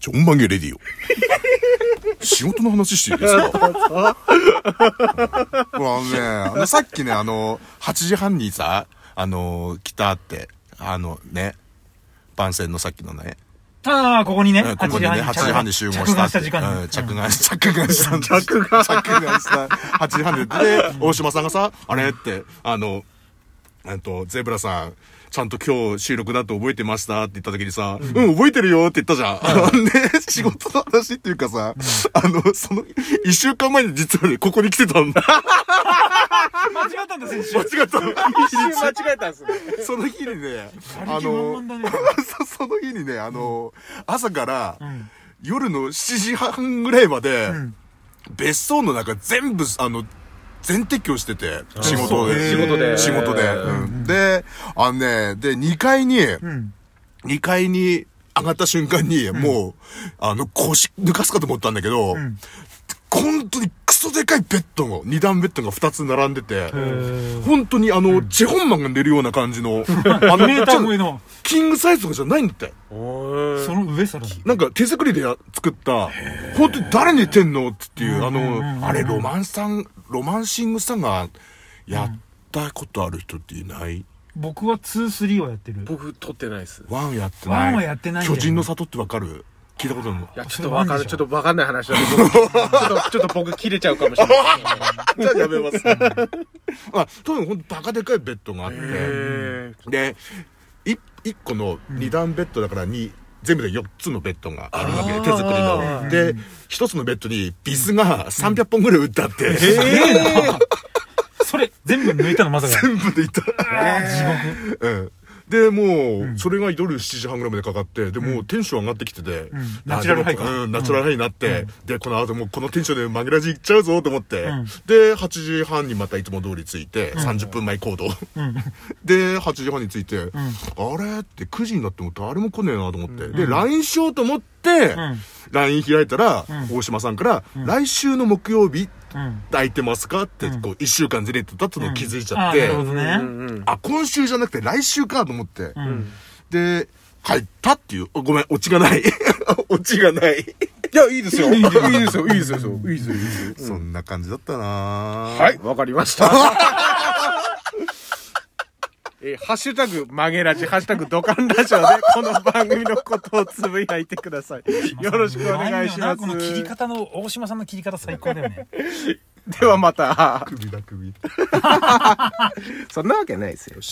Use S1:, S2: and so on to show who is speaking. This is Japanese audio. S1: ちょ、音番ゲレディオ。仕事の話していいですかこれあのね、あのさっきね、あの、8時半にさ、あの、来たって、あのね、番宣のさっきのね、
S2: ああ、ここにね、
S1: うん
S2: 8
S1: ここ
S2: 時
S1: に
S2: 半
S1: ね、
S2: に
S1: 8時半に集合した。
S2: 着眼した時間
S1: うん
S2: に。
S1: 着眼した。着眼したんだ。着眼した。8時半で。で、大島さんがさ、あれって、あの、えっと、ゼブラさん、ちゃんと今日収録だと覚えてましたって言った時にさ、うん、覚えてるよって言ったじゃん。で、仕事の話っていうかさ、あの、その、一週間前に実はね、ここに来てたんだ。
S2: 間違ったんだ、選手。
S1: 間違 った。
S3: 一瞬間違えたんすね。
S1: その日にね、
S2: あ
S1: あの
S2: の、、ね、
S1: そその日にね、あの、朝から、夜の7時半ぐらいまで、別荘の中全部、あの、全撤去してて、仕事で。
S3: そう仕事で
S1: 仕事で。うんで、あのね、で、2階に、
S2: ん
S1: 2階に上がった瞬間に、もう、あの、腰抜かすかと思ったんだけど、本当にクソでかいベッドの、二段ベッドが二つ並んでて、本当にあの、チェホンマンが寝るような感じ の、あの、
S2: メーター超えの、
S1: キングサイズとかじゃないんだって。
S2: その上さらに。
S1: なんか手作りでや作った、本当に誰寝てんのっていう、あ
S2: うん
S1: の、あれロマンさん、ロマンシングさんがやったことある人っていない
S2: 僕は2、3はやってる。
S3: 僕、撮ってないです。
S1: ワンやってない。
S2: ワンはやってないんだよ
S1: 巨
S2: ね
S1: 人の里ってわかる聞いたことあるの
S3: いや、ちょっとわかんない、ち
S2: そ
S3: ょ
S2: れ
S3: っとわかんない話だけど、ちょっと、ちょっと僕切れちゃうかもしれない。
S1: じゃあやめます。 あ、多分ほんとバカでかいベッドがあって。
S3: え
S1: で、い一個の二段ベッドだからに、全部で4つのベッドがあるわけで、手作りの。で、一つのベッドにビスが300本ぐらい打ったって、
S2: それ、全部抜いたの、まさ か。
S1: 全部でいた。
S2: 地獄。
S1: うんで、もう、それが夜7時半ぐらいまでかかって、で、もうテンション上がってきてて、
S2: ナチュラルハイか
S1: うん、ナチュラルハイになって、で、この後もうこのテンションでマグラジ行っちゃうぞと思って、
S2: ん
S1: で、8時半にまたいつも通り着いて、30分前行動。 で、8時半に着いて、あれって9時になっても誰も来ねえなと思って、で、LINE しようと思って、LINE 開いたら、大島さんから、来週の木曜日、
S2: うん。
S1: 空いてますかって、こう、1週間ずれてたってのを気づいちゃ
S2: あ
S1: っ
S2: あ、
S1: て、
S2: なるほどね。
S1: あ、今週じゃなくて来週かと思って。で、入ったっていう。ごめん、オチがない。 オチがない。
S3: いや、いいですよ。いいですよ、いいですよ、いいですよ、いいですよ。
S1: そんな感じだったなは
S3: はい、わかりました。えーハッシュタグ、曲げラジ、ハッシュタグ、ドカンラジオで、この番組のことをつぶやいてください。よろしくお願いしま
S2: うまよなこの切り
S3: す。
S2: 方の、大島さんの切り方最高だよね。
S3: ではまた。
S1: 首だ首。
S3: そんなわけないですよ。
S1: よし。